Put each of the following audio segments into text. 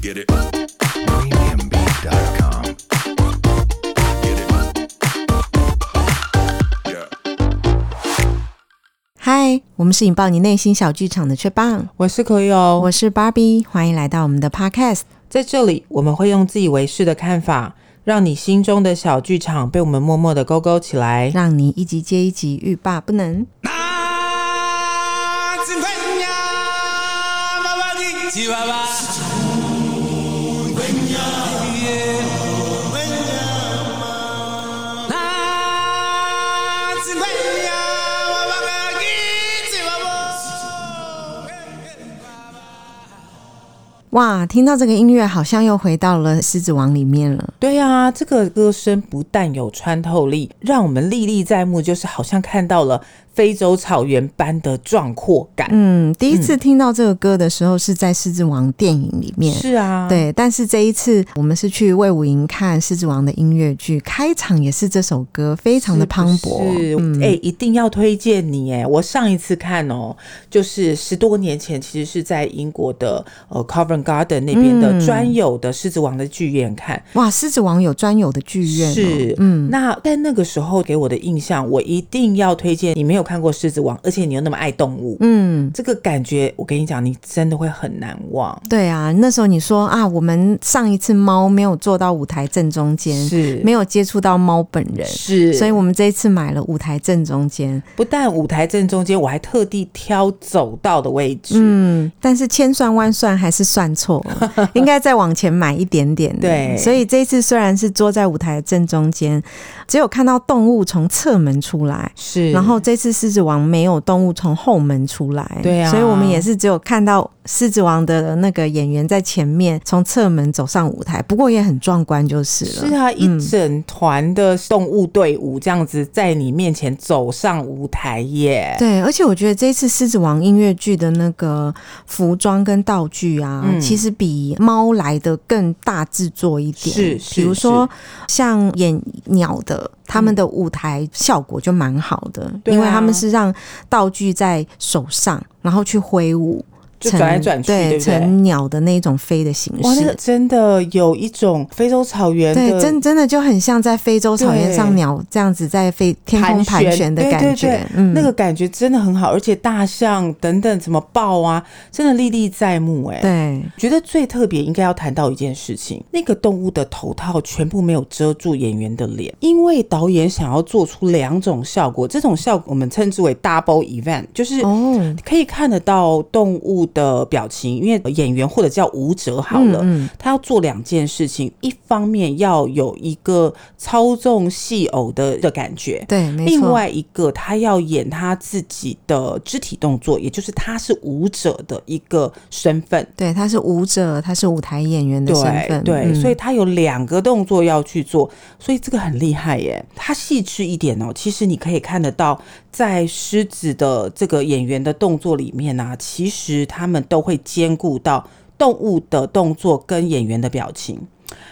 Get it. Premiumbeat.com. Get it. Yeah. 嗨，我们是引爆你内心小剧场的雀棒，我是可以哦。我是芭比，欢迎来到我们的 Podcast。在这里，我们会用自以为是的看法，让你心中的小剧场被我们默默的勾勾起来。让你一集接一集欲罢不能。 Chihuahua. Pennsylvania, Chihuahua. 哇，听到这个音乐，好像又回到了《狮子王》里面了。对啊，这个歌声不但有穿透力，让我们历历在目，就是好像看到了非洲草原般的壮阔感。嗯，第一次听到这个歌的时候是在《狮子王》电影里面。是啊，，对，但是这一次我们是去魏武营看《狮子王》的音乐剧，开场也是这首歌，非常的磅礴。嗯是，哎、一定要推荐你哎！我上一次看哦，就是十多年前，其实是在英国的呃 Covent Garden 那边嗯的专有的狮子王的剧院看。哇，《狮子王》有专有的剧院、哦，是，嗯，那在那个时候给我的印象，我一定要推荐你没有看过《狮子王》，而且你又那么爱动物，嗯。这个感觉，我跟你讲，你真的会很难忘。对啊，那时候你说啊，我们上一次猫没有坐到舞台正中间，是没有接触到猫本人，是，所所以以我们这一次买了舞台正中间。不但舞台正中间，我还特地挑走道的位置。嗯，但是千算万算还是算 错了，应该再往前买一点点。对所以这一次虽然是坐在舞台正中间，只有看到动物从侧门出来。是，然后这次狮子王没有动物从后门出来，对啊所以我们也是只有看到狮子王的那个演员在前面从侧门走上舞台，不过也很壮观就是了。是啊，一整团的动物队伍这样子在你面前走上舞台耶。对，而且我觉得这次《狮子王》音乐剧的那个服装跟道具啊，嗯其实比猫来的更大制作一点。是是比如说像演鸟的，他们的舞台效果就蛮好的，对啊因为他们是让道具在手上，然后去挥舞，就成转来转去对，对不对成鸟的那种飞的形哇，那个式。真的有一种非洲草原的对，真真的就很像在非洲草原对上鸟这样子在飞天空盘旋的感对觉，嗯对对那个感觉真的很好，而且大象等等怎么抱啊，真的历历在目哎、对，觉得最特别应该要谈到一件事情，那个动物的头套全部没有遮住演员的脸，因为导演想要做出两种效果，这种效果我们称之为 double event，就是 哦可以看得到动物的表情，因为演员或者叫舞者好了，嗯他要做两件事情，一方面要有一个操纵戏偶的的感觉，对，没错。另外一个，他要演他自己的肢体动作，也就是他是舞者的一个身份。对，他是舞者，他是舞台演员的身对份，对，嗯所以他有两个动作要去做，所以这个很厉害耶。他细致一点哦，其实你可以看得到，在狮子的这个演员的动作里面啊，其实他们都会兼顾到动物的动作跟演员的表情。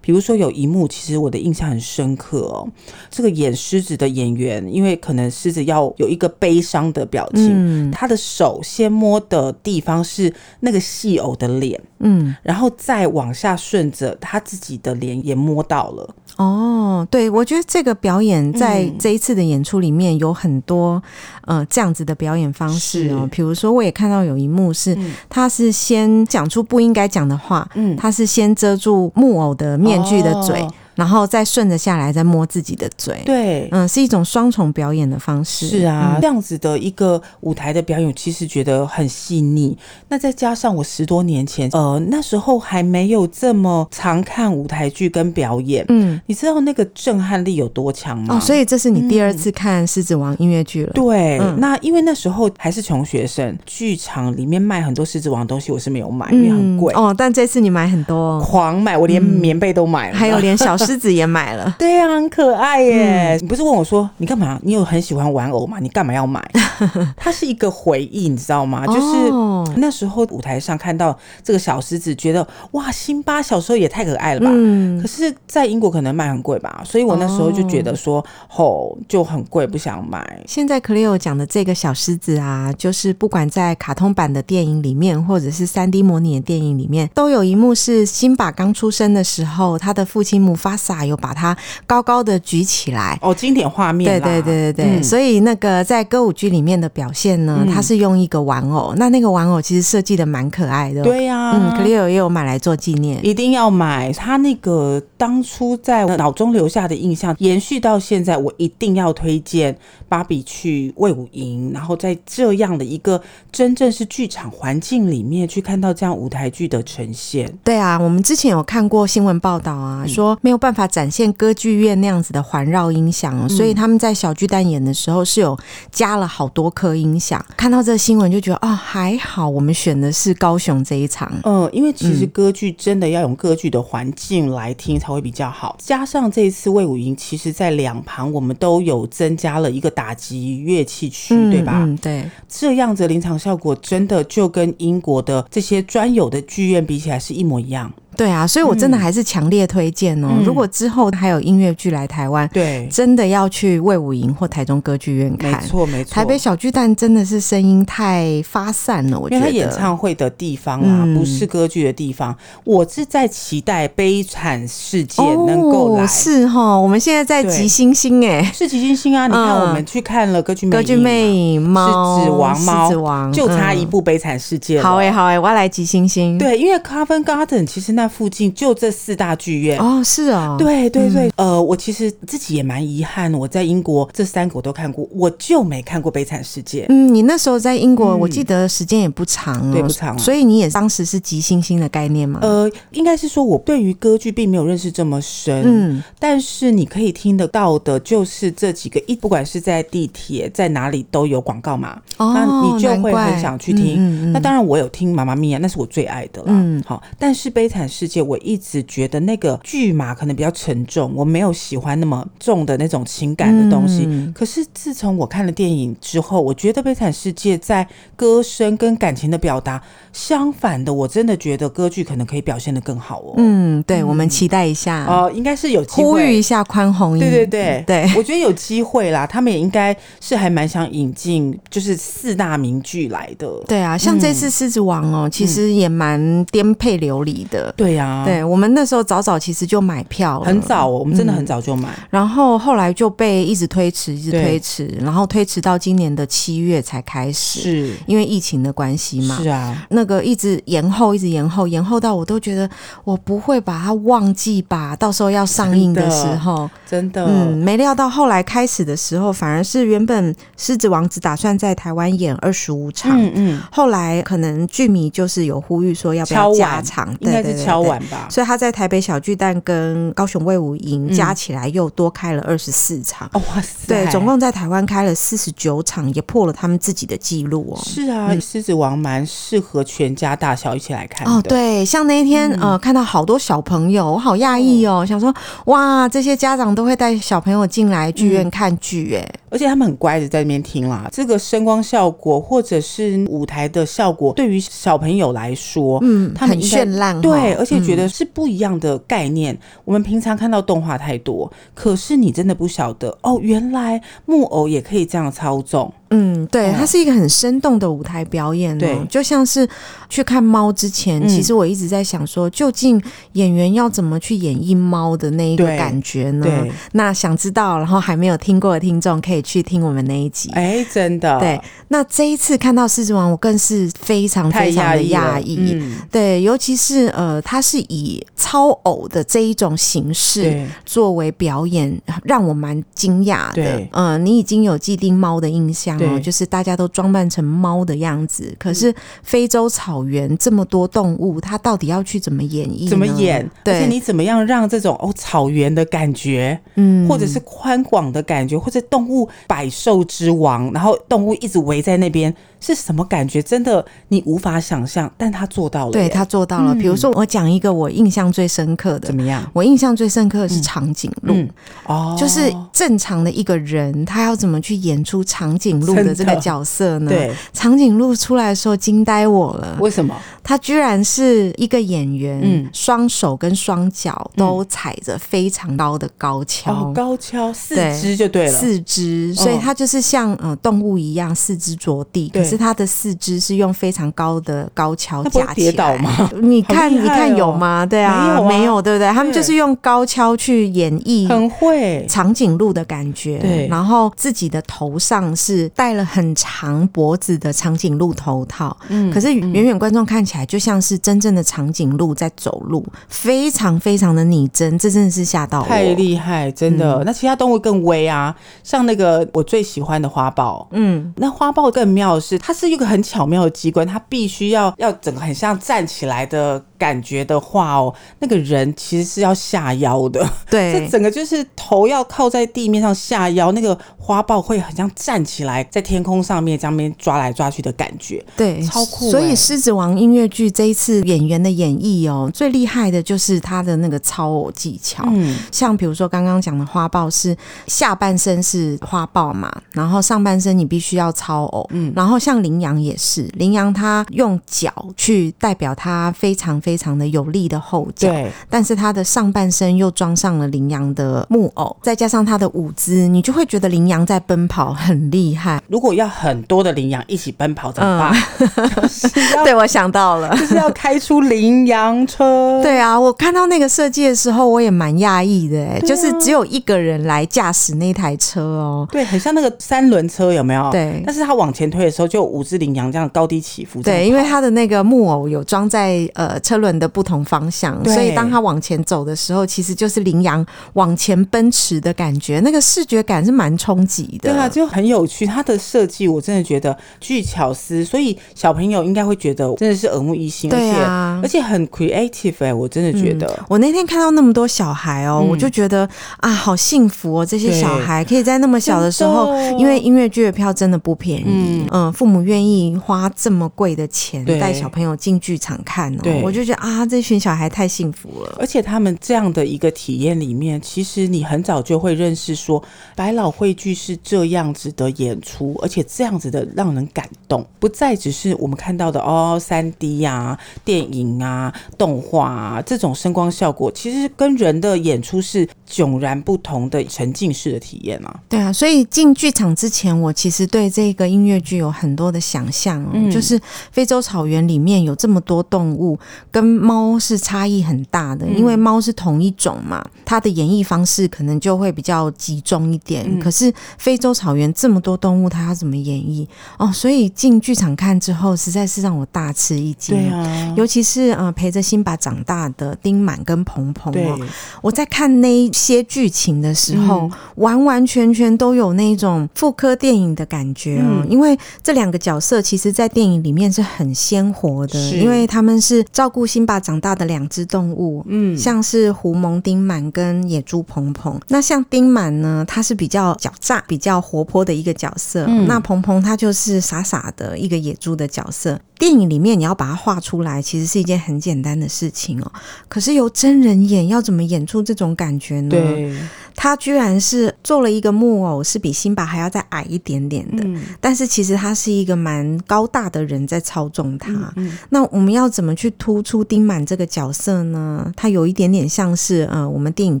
比如说有一幕，其实我的印象很深刻哦。这个演狮子的演员，因为可能狮子要有一个悲伤的表情，嗯他的手先摸的地方是那个戏偶的脸，嗯，然后再往下顺着他自己的脸也摸到了，哦，对，我觉得这个表嗯演在这一次的演出里面有很多、呃这样子的表演方式哦是，比如说我也看到有一幕是，他是先讲出不应该讲的话，嗯他是先遮住木偶的面具的嘴，哦然后再顺着下来再摸自己的嘴，，对。嗯，是一种双重表演的方式，是啊，嗯这样子的一个舞台的表演，其实觉得很细腻。那再加上我十多年前，呃，那时候还没有这么常看舞台剧跟表演，嗯，你知道那个震撼力有多强哦，吗？所以这是你第二次看《狮子王》音乐剧了，嗯对，嗯那因为那时候还是穷学生，剧场里面卖很多《狮子王》的东西，我是没有买，因为很贵，嗯嗯、哦，但这次你买很多、哦。狂买，我连棉被都买了，还有连小狮狮子也买 了。对呀、很可爱耶！嗯你不是问我说你干嘛？你有很喜欢玩偶吗？你干嘛要买？ 它是一个回忆，你知道吗？就是、哦那时候舞台上看到这个小狮子，觉得哇，辛巴小时候也太可爱了吧。嗯可是，在英国可能卖很贵吧，所以我那时候就觉得哦说，吼、就很贵，不想买。现在 Cleo 讲的这个小狮子啊，就是不管在卡通版的电影里面，或者是三 D 模拟的电影里面，都有一幕是辛巴刚出生的时候，他的父亲姆法萨有把他高高的举起来。哦，经典画面对啦，对对对对，嗯所以那个在歌舞剧里面的表现呢，嗯它是用一个玩偶，那那个玩偶其实设计的蛮可爱的。，对呀、啊嗯，Cleo 也有买来做纪念。一定要买。他那个当初在我脑中留下的印象，延续到现在，我一定要推荐芭比去魏武营，然后在这样的一个真正是剧场环境里面去看到这样舞台剧的呈现。对啊，我们之前有看过新闻报道啊，嗯说没有办法展现歌剧院那样子的环绕音响嗯哦、所以他们在小巨蛋演的时候是有加了好多颗音响。看到这个新闻就觉得哦，还好我们选的是高雄这一场。嗯，因为其实嗯歌剧真的要用歌剧的环境来听才会比较好。加上这一次魏武营，其实在两旁我们都有增加了一个打击乐器区，对吧？嗯，对，这样子的临场效果真的就跟英国的这些专有的剧院比起来是一模一样。对啊，所以我真的还是强烈推荐哦。嗯如果之后还有音乐剧来台湾，对，真的要去魏武营或台中歌剧院没看。错没错。台北小巨蛋真的是声音太发散了，我觉因为得。他演唱会的地方啊，嗯不是歌剧的地方。我是在期待《悲惨世界》能够来。哦、是哈，我们现在在对集星星哎，是齐星星啊！你看，嗯我们去看了歌剧魅歌影剧魅影猫、狮子啊王猫狮子王，就差一嗯。部《悲惨世界》了。好哎、好哎、我要来集星星。对，因为 Covent Garden 其实那附近就这四大剧院。哦，是哦，，对对对，呃，我其实自己也蛮遗憾，我在英国这三个我都看过，我就没看过《悲惨世界》。嗯，你那时候在英国，嗯我记得时间也不长哦，对不长啊所以你也当时是集星星的概念吗？呃，应该是说我对于歌剧并没有认识这么深，嗯，但是你可以听得到的，就是这几个一，不管是在地铁在哪里都有广告嘛，哦，那你就难会怪很想去听。嗯嗯嗯那当然，我有听《妈妈咪呀》，啊那是我最爱的啦。嗯好，但是《悲惨世界》，我一直觉得那个剧嘛可能比较沉重，我没有喜欢那么重的那种情感的东西。嗯可是自从我看了电影之后，我觉得《悲惨世界》在歌声跟感情的表达，相反的，我真的觉得歌剧可能可以表现得更好哦。嗯，对，我们期待一下，哦、应该是有机呼吁会一。下宽宏对英对对对，我觉得有机会啦，他们也应该是还蛮想引进，就是四大名剧来的。对啊，像这次《狮子王》哦，嗯其实也蛮颠沛流离的。对呀、啊，对我们那时候早早其实就买票了，很早、哦，我们真的很早就买。然后后来就被一直推迟，一直对推迟，然后推迟到今年的七月才开始，是因为疫情的关系嘛。是啊，那个一直延后，一直延后，延后到我都觉得我不会把它忘记吧？到时候要上映的时候，真的，嗯，没料到后来开始的时候，反而是原本《狮子王》只打算在台湾演二十五场，嗯嗯，后来可能剧迷就是有呼吁说要不敲要加碗场，嗯应该对是对对敲对碗吧。所以他在台北小巨蛋跟高雄魏武营嗯加起来又多开了二十四场。哦哇塞，对，总共在台湾开了四十九场，也破了他们自己的记录哦。是啊，狮子王》蛮适合全家大小一起来看的。哦，对，像那一天、呃，看到好多小朋友，我好讶异哦，想说哇，这些家长都会带小朋友进来剧院看剧，哎、而且他们很乖的在那边听啦。这个声光效果或者是舞台的效果，对于小朋友来说，嗯，他们很应该绚烂、哦，对，而且觉嗯得是不一样的概念。我们平常看到动画太多，可是你真的不晓得哦，原来木偶也可以这样操纵。嗯，对，嗯它是一个很生动的舞台表演、哦。对就像是去看猫之前，嗯其实我一直在想说，究竟演员要怎么去演绎猫的那一个对感觉呢？对，那想知道，然后还没有听过的听众可以去听我们那一集。哎，真的，对，那这一次看到狮子王，我更是非常太非常压的抑了，讶异。嗯，对，尤其是呃，它是以超偶的这一种形式，对，作为表演，让我蛮惊讶的对。嗯、你已经有既定猫的印象哦，对就是大家都装扮成猫的样子。可是非洲草原这么多动物，它到底要去怎么演绎呢？怎么演？而且对，你怎么样让这种哦草原的感觉，嗯或者是宽广的感觉，或者动物百兽之王，然后动物一直围在那边，是什么感觉？真的你无法想象，但他做到了耶。对他做到了。比如说，我讲一个我印象最深刻的嗯怎，么样？我印象最深刻的是长颈鹿。嗯哦，就是正常的一个人，他要怎么去演出长颈鹿的这个真的角色呢？对，长颈鹿出来的时候惊呆我了。为什么？他居然是一个演员，嗯双手跟双脚都踩着非常高的高跷。哦，高跷四对肢就对了，嗯四肢，所以它就是像呃动物一样四肢着地，对可是它的四肢是用非常高的高跷那不会架起来。跌倒吗？ 你看，好厉害你看哦有吗？对没啊，有啊对不对？他们就是用高跷去演绎很会。长颈鹿的感觉，对然后自己的头上是戴了很长脖子的长颈鹿头套，嗯可是远远观众看起来就像是真正的长颈鹿在走路，非常非常的拟真，这真的是吓到我，太厉害，真的。嗯那其他动物更威啊，像那个我最喜欢的花豹，嗯，那花豹更妙的是，它是一个很巧妙的机关，它必须要要整个很像站起来的感觉的话哦，那个人其实是要下腰的，这对，整个就是头要靠在地面上下腰，那个花豹会很像站起来在天空上面这样边抓来抓去的感觉，对，超酷欸所以《狮子王》音乐剧这一次演员的演绎哦，最厉害的就是他的那个操偶技巧。嗯，像比如说刚刚讲的花豹是下半身是花豹嘛，然后上半身你必须要操偶，嗯，然后像羚羊也是，羚羊它用脚去代表它非常非常的有力的后脚，对，但是它的上半身又装上了羚羊的木偶，再加上它的舞姿，你就会觉得羚羊在奔跑很厉害。如果要很多的羚羊一起奔跑怎么办？嗯 就是 要对，我想到了。就是要开出羚羊车，对啊，我看到那个设计的时候，我也蛮讶异的、啊欸，就是只有一个人来驾驶那台车哦、对，很像那个三轮车，有没有？对但是它往前推的时候，就有五只羚羊这样高低起伏这样跑。对，因为他的那个木偶有装在呃车轮的不同方向，对所以当他往前走的时候，其实就是羚羊往前奔驰的感觉，那个视觉感是蛮冲击的。对啊，就很有趣。它的设计我真的觉得巨巧思，所以小朋友应该会觉得真的是耳目一新，对啊而且而且很 creative 哎、我真的嗯觉得。我那天看到那么多小孩哦，我就觉得啊，好幸福哦！这些小孩可以在那么小的时候真的，哦因为音乐剧的票真的不便宜，嗯、父母愿意花这么贵的钱对带小朋友进剧场看哦对，我就觉得啊，这群小孩太幸福了。而且他们这样的一个体验里面，其实你很早就会认识说，百老汇剧是这样子的演出，而且这样子的让人感动，不再只是我们看到的哦，三 D 啊、电影啊、动画啊这种声光效果，其实跟人的演出是迥然不同的沉浸式的体验啊。对啊，所以进剧场之前，我其实对这个音乐剧有很多的想象、哦嗯就是非洲草原里面有这么多动物，跟猫是差异很大嗯的，因为猫是同一种嘛，它的演绎方式可能就会比较集中一点。嗯可是非洲草原这么多动物，它要怎么演绎？哦，所以进剧场看之后，实在是让我大吃一惊。对啊，尤其是呃陪着辛巴长大的丁满跟鹏鹏对哦，我在看那一些剧情的时候，完完全全都有那种妇科电影的感觉哦。因为这两个角色其实，在电影里面是很鲜活的，是因为他们是照顾辛巴长大的两只动物，嗯，像是狐獴丁满跟野猪鹏鹏。那像丁满呢，他是比较狡诈、比较活泼的一个角色，那鹏鹏他就是傻傻的一个野猪的角色。电影里面你要把它画出来，其实是一件很简单的事情哦。可是由真人演，要怎么演出这种感觉呢？，对，他居然是做了一个木偶，是比辛巴还要再矮一点点的，但是其实他是一个蛮高大的人在操纵他。那我们要怎么去突出丁满这个角色呢？他有一点点像是呃，我们电影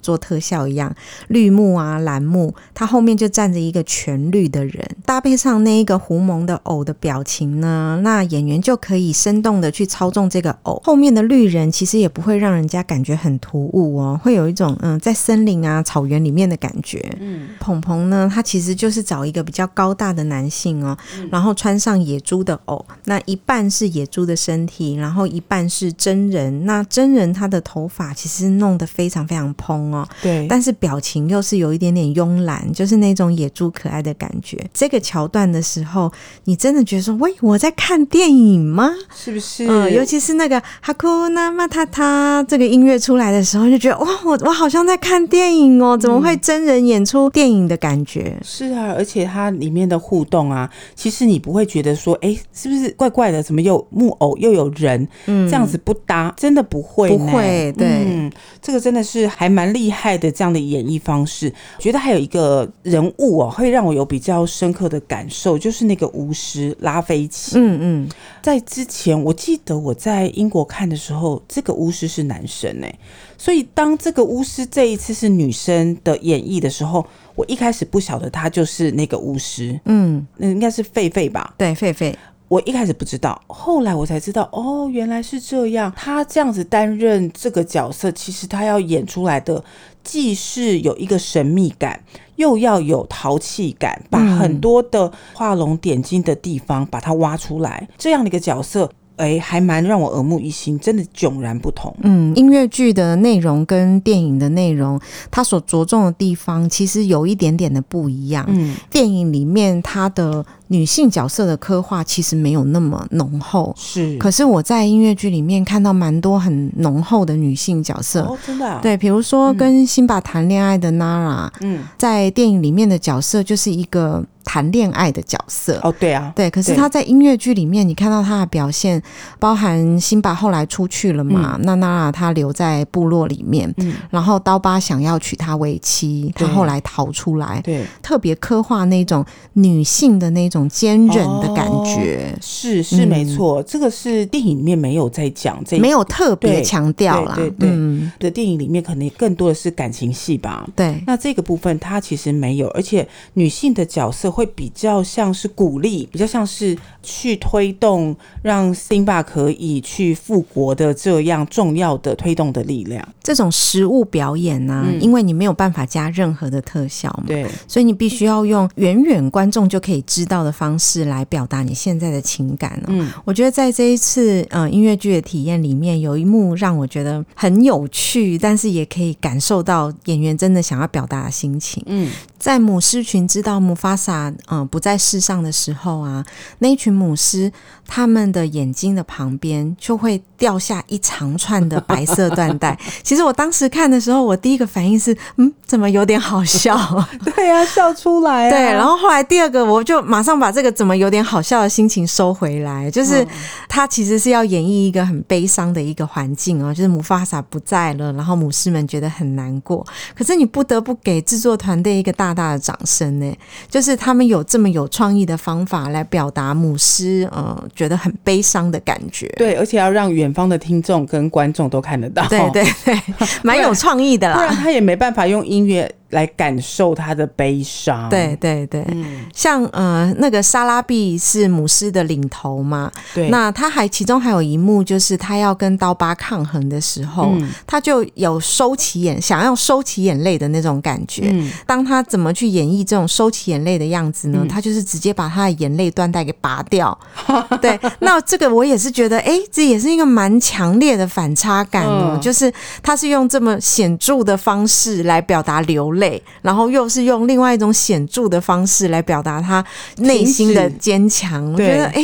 做特效一样，绿幕啊、蓝幕，他后面就站着一个全绿的人，搭配上那一个狐獴的偶的表情呢，那演员就就可以生动的去操纵这个偶。后面的绿人其实也不会让人家感觉很突兀哦，会有一种嗯在森林啊草原里面的感觉。嗯，鹏鹏呢，他其实就是找一个比较高大的男性哦，然后穿上野猪的偶，那一半是野猪的身体，然后一半是真人。那真人他的头发其实弄得非常非常蓬哦，对但是表情又是有一点点慵懒，就是那种野猪可爱的感觉。这个桥段的时候，你真的觉得说，喂，我在看电影吗？是不是？嗯，尤其是那个哈库那马塔塔这个音乐出来的时候，就觉得哇，哦我我好像在看电影哦，怎么会真人演出电影的感觉？是啊，而且它里面的互动啊，其实你不会觉得说，哎，是不是怪怪的？怎么有木偶又有人，嗯这样子不搭，真的不会呢，不会对嗯，这个真的是还蛮厉害的这样的演绎方式。觉得还有一个人物哦，会让我有比较深刻的感受，就是那个巫师拉菲奇。嗯嗯，在之前，我记得我在英国看的时候，这个巫师是男生哎、所以当这个巫师这一次是女生的演绎的时候，我一开始不晓得他就是那个巫师，嗯，那应该是狒狒吧？对，狒狒，我一开始不知道，后来我才知道，哦，原来是这样。他这样子担任这个角色，其实他要演出来的，既是有一个神秘感，又要有淘气感，把很多的画龙点睛的地方把它挖出来，这样的一个角色。哎，还蛮让我耳目一新，真的迥然不同。嗯，音乐剧的内容跟电影的内容，它所着重的地方其实有一点点的不一样。嗯，电影里面它的女性角色的刻画其实没有那么浓厚，是，可是我在音乐剧里面看到蛮多很浓厚的女性角色。哦，真的、啊，，对，比如说跟辛巴谈恋爱的 Nara，、嗯，在电影里面的角色就是一个谈恋爱的角色。哦，对啊，对，可是对他在音乐剧里面，你看到他的表现，包含辛巴后来出去了嘛，那娜娜她留在部落里面，嗯，然后刀疤想要娶她为妻，她对后来逃出来，对，特别刻画那种女性的那种坚韧的感觉。是是没错，这个是电影里面没有在讲这一没有特别对强调啦，对对对嗯，的电影里面，可能更多的是感情戏吧。对，那这个部分它其实没有，而且女性的角色会比较像是鼓励，比较像是去推动让辛巴可以去复国的这样重要的推动的力量。这种实物表演呢、嗯因为你没有办法加任何的特效嘛，对，所以你必须要用远远观众就可以知道的方式来表达你现在的情感哦。嗯我觉得在这一次呃音乐剧的体验里面，有一幕让我觉得很有趣，但是也可以感受到演员真的想要表达的心情。嗯，在母狮群知道姆法萨嗯不在世上的时候啊，那一群母狮它们的眼睛的旁边就会掉下一长串的白色缎带。 其实我当时看的时候，我第一个反应是，嗯，怎么有点好笑？ 对啊，笑出来、啊。对，然后后来第二个，我就马上把这个怎么有点好笑的心情收回来，就是他其实是要演绎一个很悲伤的一个环境哦，就是姆法萨不在了，然后母狮们觉得很难过，可是你不得不给制作团队一个大大的掌声呢，就是他们有这么有创意的方法来表达母狮呃觉得很悲伤的感觉。对，而且要让远方的听众跟观众都看得到。对对对， 蛮有创意的不然啦。他也没办法用音乐来感受他的悲伤。对对对，像呃那个莎拉碧是母狮的领头嘛，对，那他还其中还有一幕，就是他要跟刀疤抗衡的时候，嗯他就有收起眼，想要收起眼泪的那种感觉。嗯当他怎么去演绎这种收起眼泪的样子呢？嗯他就是直接把他的眼泪缎带给拔掉。 对，那这个我也是觉得，哎、这也是一个蛮强烈的反差感哦。嗯就是他是用这么显著的方式来表达流泪，然后又是用另外一种显著的方式来表达他内心的停止坚强。我觉对得，哎、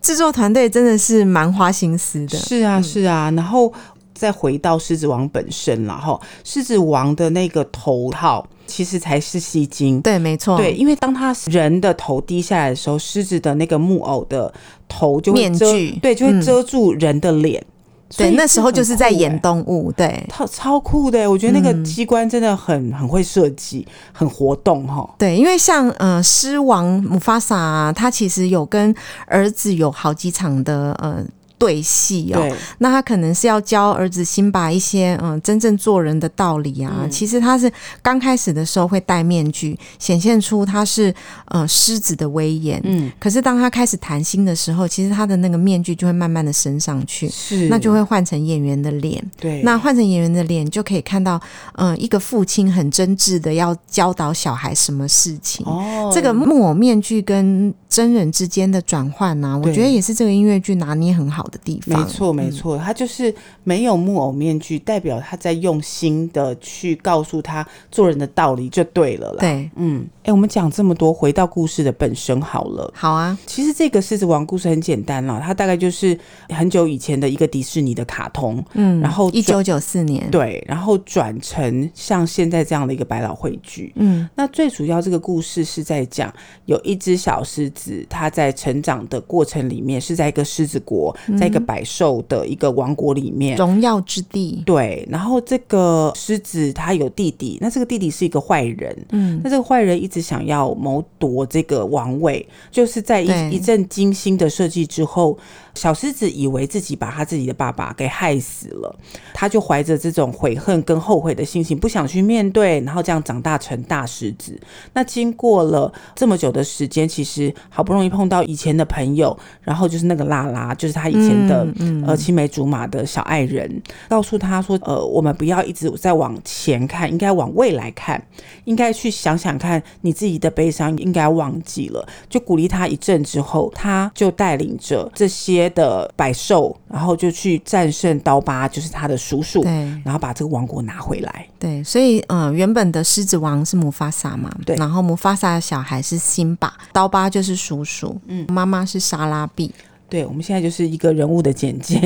制作团队真的是蛮花心思的。嗯是啊，是啊，然后再回到狮子王本身啦，然后狮子王的那个头套其实才是吸睛。对，没错，对，因为当他人的头低下来的时候，狮子的那个木偶的头就会面遮具，对，就会嗯遮住人的脸。所对，以那时候很就是在酷演欸动嗯物，对。超超酷的欸，我觉得那个机关真的很很会设计，很活动哈。对，因为像呃，狮王姆法萨、啊，他其实有跟儿子有好几场的呃对戏哦。对，那他可能是要教儿子辛巴一些嗯、呃真正做人的道理啊。嗯其实他是刚开始的时候会戴面具，显现出他是呃狮子的威严。嗯，可是当他开始谈心的时候，其实他的那个面具就会慢慢的升上去，是，那就会换成演员的脸。对，那换成演员的脸，就可以看到，嗯、一个父亲很真挚的要教导小孩什么事情。哦，这个木偶面具跟真人之间的转换呢、我对觉得也是这个音乐剧拿捏很好的地方。没错，没错，他就是没有木偶面具，代表他在用心的去告诉他做人的道理就对了啦。，对，嗯，哎、我们讲这么多，回到故事的本身好了。好啊，其实这个狮子王故事很简单啦，它大概就是很久以前的一个迪士尼的卡通，嗯，然后一九九四年，，对，然后转成像现在这样的一个百老汇剧。嗯那最主要这个故事是在讲有一只小狮子，它在成长的过程里面是在一个狮子国，在一个百兽的一个王国里面。荣耀之地，对，然后这个狮子它有弟弟，那这个弟弟是一个坏人，嗯那这个坏人一直想要谋夺这个王位，就是在对一一阵精心的设计之后，小狮子以为自己把他自己的爸爸给害死了，他就怀着这种悔恨跟后悔的心情，不想去面对，然后这样长大成大狮子。那经过了这么久的时间，其实好不容易碰到以前的朋友，然后就是那个拉拉，就是他以前的、嗯嗯呃青梅竹马的小爱人，告诉他说，呃，我们不要一直在往前看，应该往未来看，应该去想想看你自己的悲伤应该忘记了。就鼓励他一阵之后，他就带领着这些的百兽，然后就去战胜刀疤，就是他的叔叔，对然后把这个王国拿回来。对，所以呃，原本的狮子王是姆法萨嘛，对然后姆法萨的小孩是辛巴，刀疤就是叔叔，嗯，妈妈是莎拉碧。对，我们现在就是一个人物的简介。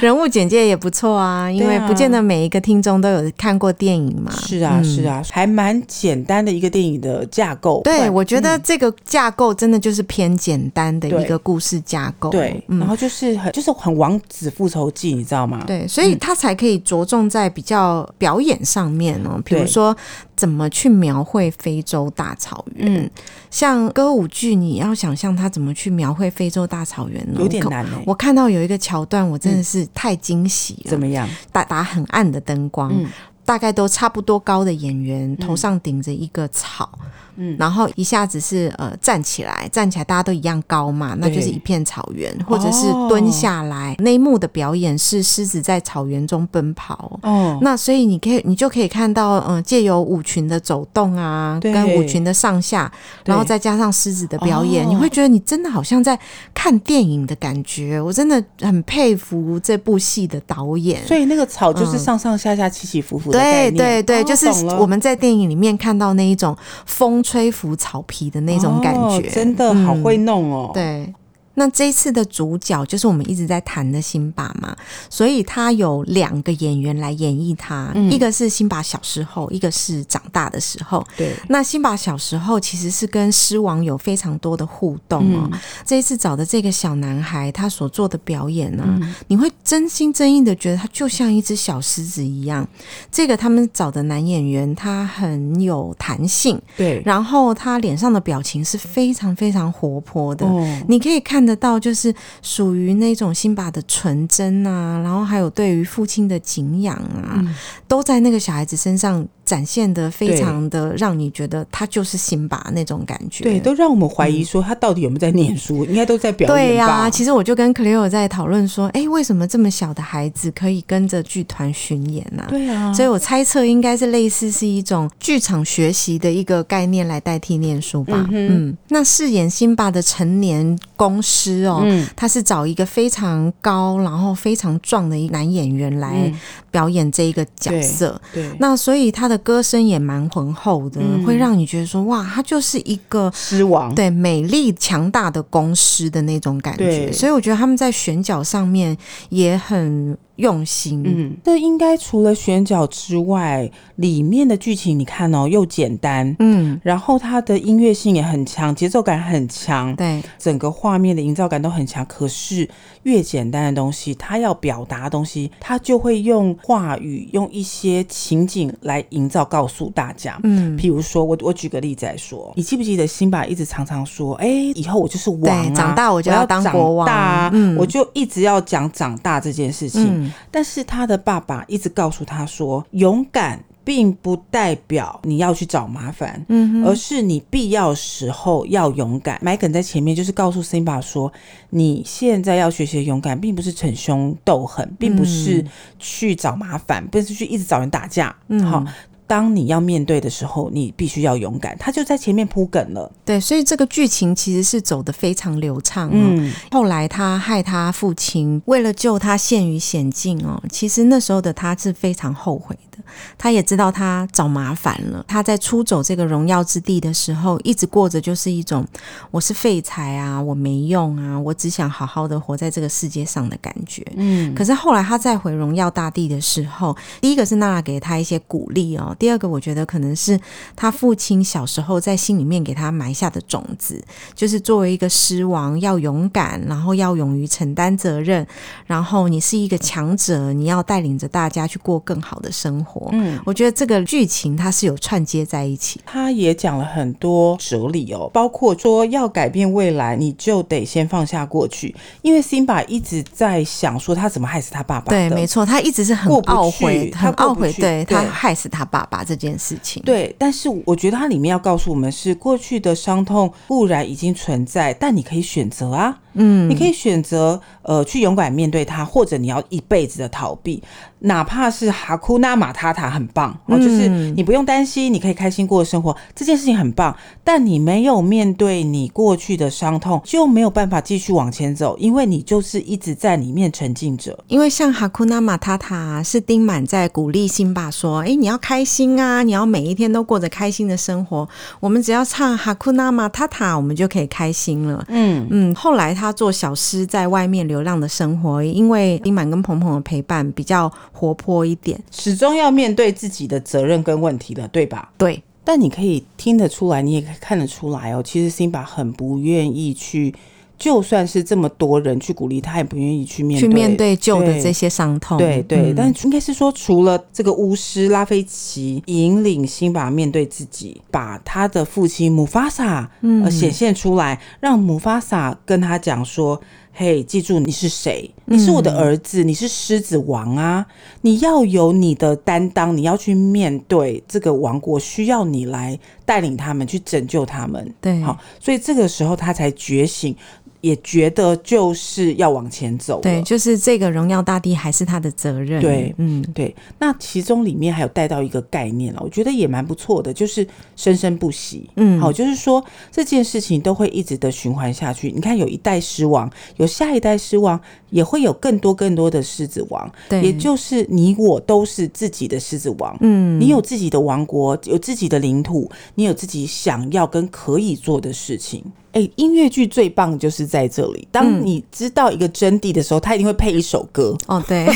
人物简介也不错啊，因对为啊不见得每一个听众都有看过电影嘛。是啊，是啊，还蛮简单的一个电影的架构。不对，然我觉得这个架构真的就是偏简单的对一个故事架构。对，然后就是很就是很王子复仇记，你知道吗？嗯对，所以他才可以着重在比较表演上面哦，比对如说怎么去描绘非洲大草原。嗯像歌舞剧，你要想象他怎么去描绘非洲大草原呢？有点我看。难嗯哎、我看到有一个桥段，我真的是太惊喜了。怎么样？打打很暗的灯光，嗯大概都差不多高的演员，头上顶着一个草，嗯然后一下子是呃站起来，站起来大家都一样高嘛，那就是一片草原，或者是蹲下来。哦那一幕的表演是狮子在草原中奔跑。哦，那所以你可以，你就可以看到，嗯、借由舞群的走动啊，对跟舞群的上下，对然后再加上狮子的表演，哦你会觉得你真的好像在看电影的感觉。我真的很佩服这部戏的导演。所以那个草就是嗯上上下下起起伏伏的概对念。对对，哦就是懂了我们在电影里面看到那一种风吹拂草皮的那种感哦觉，嗯真的好会弄哦。对。那这一次的主角就是我们一直在谈的辛巴嘛，所以他有两个演员来演绎他，嗯一个是辛巴小时候，一个是长大的时候。对那辛巴小时候其实是跟狮王有非常多的互动哦。这一次找的这个小男孩，他所做的表演呢、你会真心真意的觉得他就像一只小狮子一样。这个他们找的男演员，他很有弹性，对然后他脸上的表情是非常非常活泼的。哦，你可以看得到，就是属于那种辛巴的纯真啊，然后还有对于父亲的敬仰啊，嗯都在那个小孩子身上展现的非常的让你觉得他就是辛巴那种感觉。嗯对，都让我们怀疑说他到底有没有在念书，应该都在表演对吧。呀、其实我就跟 Cleo 在讨论说，哎，为什么这么小的孩子可以跟着剧团巡演呢、啊？对啊，所以我猜测应该是类似是一种剧场学习的一个概念来代替念书吧。嗯那饰演辛巴的成年公狮哦，嗯他是找一个非常高然后非常壮的一男演员来嗯表演这一个角色。对，那所以他的歌声也蛮浑厚的，嗯会让你觉得说哇，他就是一个狮王对美丽强大的公狮的那种感觉。对所以我觉得他们在选角上面也很用心。嗯，这应该除了选角之外，里面的剧情你看哦，又简单，嗯，然后它的音乐性也很强，节奏感很强，对，整个画面的营造感都很强。可是越简单的东西，它要表达的东西，它就会用话语、用一些情景来营造，告诉大家。嗯，譬如说，我我举个例子来说，你记不记得辛巴一直常常说，哎、以后我就是王、啊，对长大我就要要当长国王大啊，嗯我就一直要讲长大这件事情。嗯，但是他的爸爸一直告诉他说，勇敢并不代表你要去找麻烦，嗯，而是你必要时候要勇敢。麦梗在前面就是告诉辛巴说，你现在要学习的勇敢，并不是逞凶斗狠，并不是去找麻烦，不是去一直找人打架，嗯，好。当你要面对的时候，你必须要勇敢。他就在前面铺梗了，对，所以这个剧情其实是走得非常流畅、哦。嗯，后来他害他父亲，为了救他陷于险境哦。其实那时候的他是非常后悔的，他也知道他找麻烦了。他在出走这个荣耀之地的时候，一直过着就是一种我是废材啊，我没用啊，我只想好好的活在这个世界上的感觉。嗯，可是后来他再回荣耀大地的时候，第一个是娜娜给他一些鼓励哦，第二个我觉得可能是他父亲小时候在心里面给他埋下的种子，就是作为一个狮王要勇敢，然后要勇于承担责任，然后你是一个强者，你要带领着大家去过更好的生活。嗯，我觉得这个剧情它是有串接在一起。他也讲了很多哲理哦，包括说要改变未来，你就得先放下过去。因为辛巴一直在想说他怎么害死他爸爸对，的，没错，他一直是很过不懊去悔，他很过懊不悔，去对对他害死他爸爸这件事情。，对，但是我觉得它里面要告诉我们是，过去的伤痛固然已经存在，但你可以选择啊，嗯，你可以选择呃去勇敢面对它，或者你要一辈子的逃避，哪怕是哈库纳马塔塔很棒，哦，就是你不用担心，你可以开心过生活，这件事情很棒，但你没有面对你过去的伤痛，就没有办法继续往前走，因为你就是一直在里面沉浸着，因为像哈库纳马塔塔是丁满在鼓励辛巴说：“诶，你要开心啊，你要每一天都过着开心的生活。我们只要唱哈库纳马塔塔，我们就可以开心了。”嗯，嗯，后来他做小诗，在外面流浪的生活，因为丁满跟鹏鹏的陪伴比较活泼一点。始终要面对自己的责任跟问题的，对吧？对，但你可以听得出来，你也可以看得出来哦。其实辛巴很不愿意去，就算是这么多人去鼓励他，也不愿意去面去对面对旧的对这些伤痛。对对，嗯但应该是说，除了这个巫师拉菲奇引领辛巴面对自己，把他的父亲姆法萨嗯呃显现出来，让姆法萨跟他讲说：“嘿，记住你是谁，你是嗯我的儿子，你是狮子王啊，你要有你的担当，你要去面对这个王国，需要你来带领他们去拯救他们。”对好，所以这个时候他才觉醒。也觉得就是要往前走了，对，就是这个荣耀大地还是他的责任。对嗯，对，那其中里面还有带到一个概念了，我觉得也蛮不错的，就是生生不息。嗯好，就是说这件事情都会一直的循环下去。你看，有一代狮王，有下一代狮王，也会有更多更多的狮子王。对也就是你我都是自己的狮子王。嗯你有自己的王国，有自己的领土，你有自己想要跟可以做的事情。哎、音乐剧最棒就是在这里。嗯当你知道一个真谛的时候，它一定会配一首歌。哦， 对，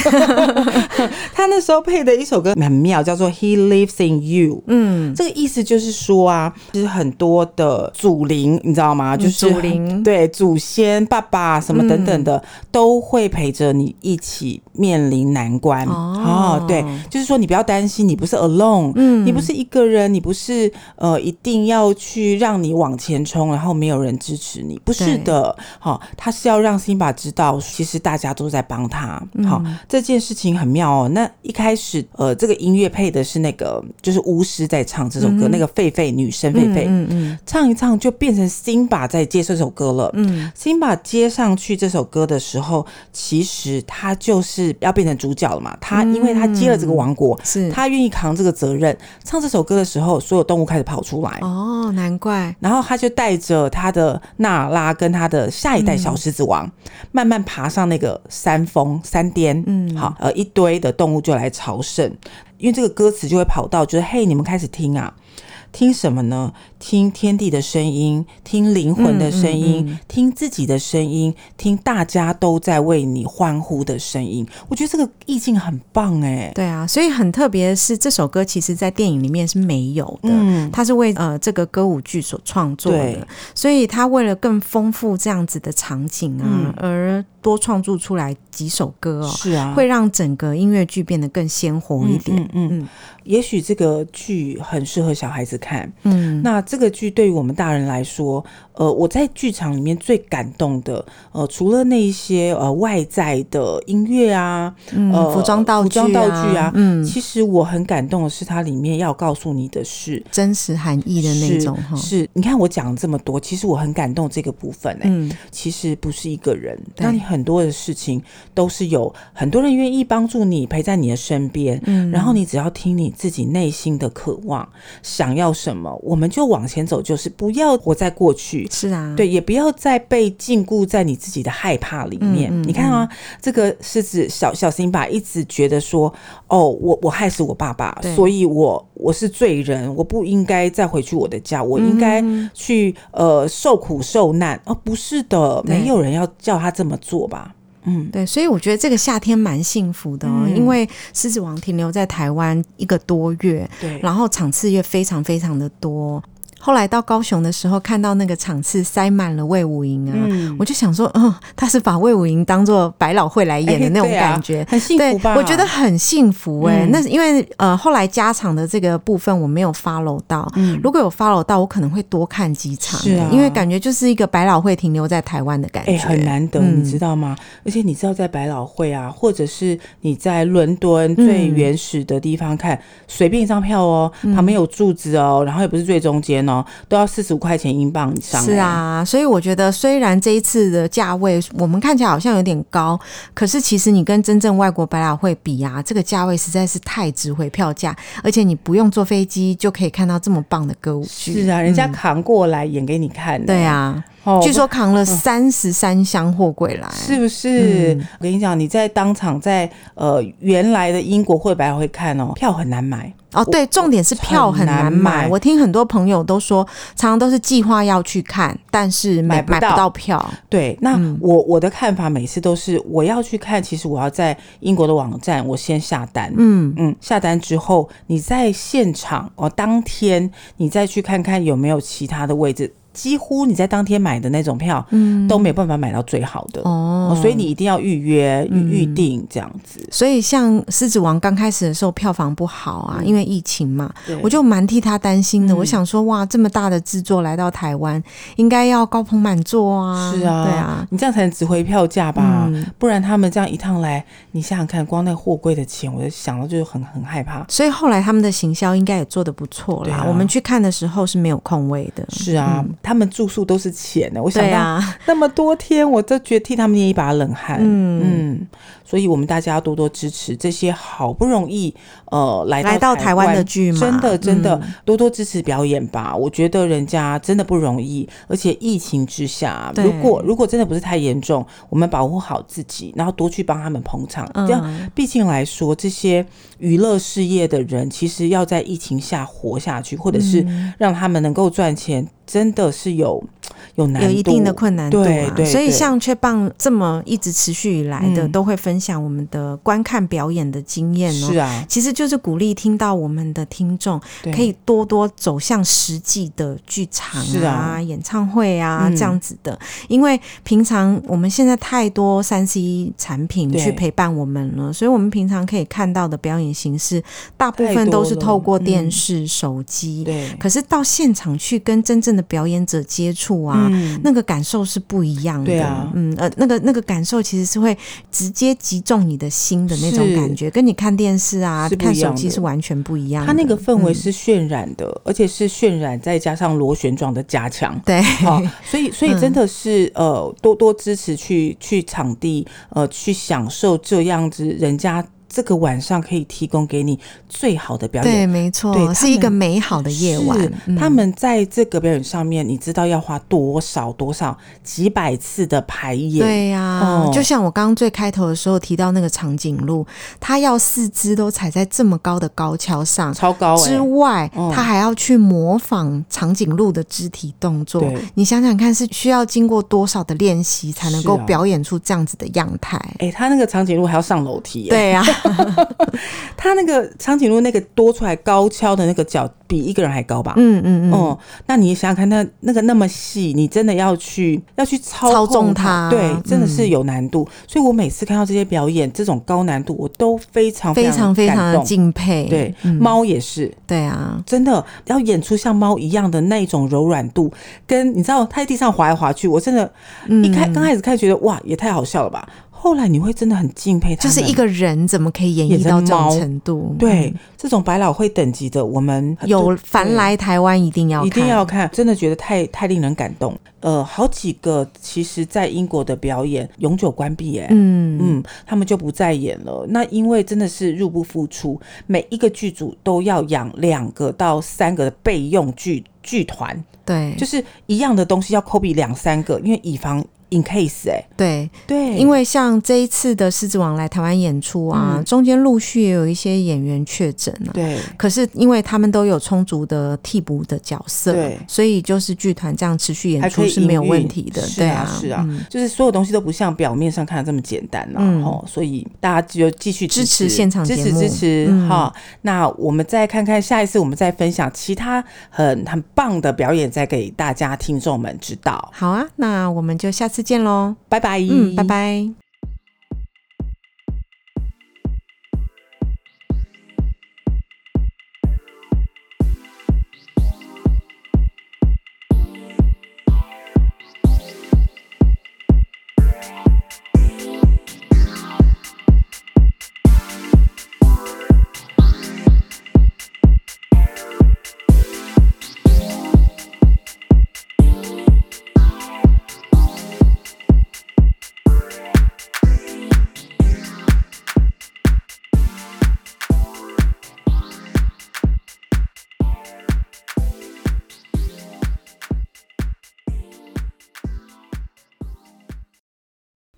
他那时候配的一首歌很妙，叫做《He Lives in You》。嗯，这个意思就是说啊，其实很多的祖灵，你知道吗？就是嗯祖灵嗯对祖先、爸爸什么等等的，都会陪着你一起面临难关。哦对，就是说你不要担心，你不是 alone，嗯，你不是一个人，你不是呃，一定要去让你往前冲，然后没有人支持你，不是的。好、他是要让辛巴知道，其实大家都在帮他。好、嗯这件事情很妙哦。那一开始，呃，这个音乐配的是那个就是巫师在唱这首歌，那个狒狒女生狒狒，嗯嗯唱一唱就变成辛巴在接这首歌了。嗯，辛巴接上去这首歌的时候，其实他就是要变成主角了嘛。他因为他接了嗯这个王国，是他愿意扛这个责任。唱这首歌的时候，所有动物开始跑出来。哦，难怪，然后他就带着他的娜拉跟他的下一代小狮子王，慢慢爬上那个山峰山巅，嗯，好，呃，一堆的动物就来朝圣，因为这个歌词就会跑到，就是嘿，你们开始听啊，听什么呢？听天地的声音，听灵魂的声音，听自己的声音，听大家都在为你欢呼的声音。我觉得这个意境很棒哎、对啊，所以很特别的是，这首歌其实在电影里面是没有的，嗯它是为呃这个歌舞剧所创作对的，所以它为了更丰富这样子的场景啊，而多创作出来几首歌哦，嗯是啊，会让整个音乐剧变得更鲜活一点。嗯嗯嗯嗯也许这个剧很适合小孩子看。嗯那这个剧对于我们大人来说，呃，我在剧场里面最感动的，呃，除了那一些呃外在的音乐啊，嗯呃，服装道服具啊，装道具啊，嗯，其实我很感动的是它里面要告诉你的是。真实含义的那种哈是，是，你看我讲了这么多，其实我很感动这个部分哎、嗯，其实不是一个人，对那你很多的事情都是有很多人愿意帮助你，陪在你的身边。嗯，然后你只要听你自己内心的渴望，想要什么，我们就往前走，就是不要活在过去。是啊，对，也不要再被禁锢在你自己的害怕里面。嗯嗯你看啊，这个狮子小小辛巴一直觉得说，哦，我我害死我爸爸，对所以我我是罪人，我不应该再回去我的家，我应该嗯去、呃受苦受难。哦，不是的，对没有人要叫他这么做吧？嗯，对，所以我觉得这个夏天蛮幸福的、哦，嗯因为《狮子王》停留在台湾一个多月，对，然后场次也非常非常的多。后来到高雄的时候，看到那个场次塞满了魏武营啊，嗯我就想说，嗯，他是把魏武营当做百老汇来演的那种哎对啊感觉。很幸福吧？我觉得很幸福哎、嗯那是因为呃，后来加场的这个部分我没有 follow 到，嗯如果有 follow 到，我可能会多看几场、欸是啊因为感觉就是一个百老汇停留在台湾的感觉，哎、很难得，嗯你知道吗？而且你知道，在百老汇啊，或者是你在伦嗯敦最原始的地方看，随、便一张票哦，旁嗯边有柱子哦，然后也不是最中间哦，都要四十五块钱英镑以上、欸是，啊，所以我觉得虽然这一次的价位我们看起来好像有点高，可是其实你跟真正外国百老汇比啊，这个价位实在是太值回票价，而且你不用坐飞机就可以看到这么棒的歌舞剧。是啊，人家扛过来演给你看、嗯对，啊，哦据说扛了三十三箱货柜来。是不是？嗯我跟你讲，你在当场在呃原来的英国会百老汇看哦，票很难买，哦，对，重点是票很难很难买。买我听很多朋友都说，常常都是计划要去看，但是买买不到不到票。对，那我、我的看法每次都是我要去看，其实我要在英国的网站我先下单，嗯嗯，下单之后你在现场哦，当天你再去看看有没有其他的位置。几乎你在当天买的那种票，嗯，都没有办法买到最好的哦嗯所以你一定要预约、预预定这样子。所以像《狮子王》刚开始的时候，票房不好啊，因为疫情嘛，嗯对嗯我就蛮替他担心的。我想说，哇，这么大的制作来到台湾，应该要高朋满座啊。是啊，对啊，你这样才能值回票价吧、不然他们这样一趟来，你想想看，光那货柜的钱，我就想到就是很很害怕。所以后来他们的行销应该也做得不错对啦。啊我们去看的时候是没有空位的。是啊，他们住宿都是钱呢、我想对到啊，那么多天，我都觉得替他们捏一把冷汗。嗯嗯所以我们大家要多多支持这些好不容易呃来来到台湾的剧嘛真的真的、嗯多多支持表演吧。我觉得人家真的不容易，而且疫情之下，对如果如果真的不是太严重，我们保护好自己，然后多去帮他们捧场。嗯这样，毕竟来说，这些娱乐事业的人，其实要在疫情下活下去，或者嗯是让他们能够赚钱，真的是有有难度，有一定的困难度啊。对对所以对像雀棒这么一直持续以来的，嗯都会分享我们的观看表演的经验哦。是啊，其实就是鼓励听到我们的听众，对可以多多走向实际的剧场是啊、啊演唱会啊、嗯这样子的，因为平常我们现在太多三 C 产品对去陪伴我们了，所以我们平常可以看到的表演形式，大部太分多都了是透过电嗯视、手机。对，可是到现场去跟真正的表演者接触啊，嗯那个感受是不一样的。对啊嗯呃，那个那个感受其实是会直接击中你的心的那种是感觉，跟你看电视啊是、不看一手样机的是完全不一样的。它那个氛围嗯。是渲染的，而且是渲染再加上螺旋状的加强 对，嗯好、所以所以真的是、呃，多多支持去去场地呃，去享受这样子人家这个晚上可以提供给你最好的表演。对，没错，对是一他个们美好的夜是晚。嗯他们在这个表演上面，你知道要花多少多少几百次的排演，对呀、哦就像我刚刚最开头的时候提到那个长颈鹿，它要四肢都踩在这么高的高跷上。超高哎、之外，嗯它还要去模仿长颈鹿的肢体动作对。你想想看，是需要经过多少的练习才能够是啊表演出这样子的样态？哎、他那个长颈鹿还要上楼梯、哎，对啊呀、他那个长颈鹿那个多出来高跷的那个脚，比一个人还高吧？嗯嗯嗯，哦、那你想想看，那那个那么细，你真的要去要去操操控纵它嗯它，对，真的是有难度。所以我每次看到这些表演，这种高难度，我都 非常非常非常感的动。敬佩。对，嗯猫也是，对啊，真的要演出像猫一样的那种柔软度，跟你知道它在地上滑来滑去，我真的，一嗯开刚开始看觉得哇也太好笑了吧，后来你会真的很敬佩它就们，是一个人怎么可以演演绎成到这种猫程度？对、这种百老汇等级的，我们呃嗯，有凡来台湾一定要看一定要看，真的觉得太太令人感动。呃，好几个其实在英国的表演永久关闭耶、嗯嗯，他们就不再演了。那因为真的是入不敷出，每一个剧组都要养两个到三个备用剧剧团，对，就是一样的东西要 copy 两三个，因为以防 in case 哎、对，对因为像这一次的《狮子王》来台湾演出啊，嗯中间陆续也有一些演员确诊啊。对可是因为他们都有充足的替补的角色对，所以就是剧团这样持续演还可出以是没有营运问题的。是对啊是啊，嗯就是所有东西都不像表面上看的这么简单啦、嗯哦，所以大家就继续支持现场支节持目支持嗯哈、那我们再看看下一次，我们再分享其他很很棒的表演，再给大家听众们知道。好啊，那我们就下次见喽。拜拜，嗯，拜。拜。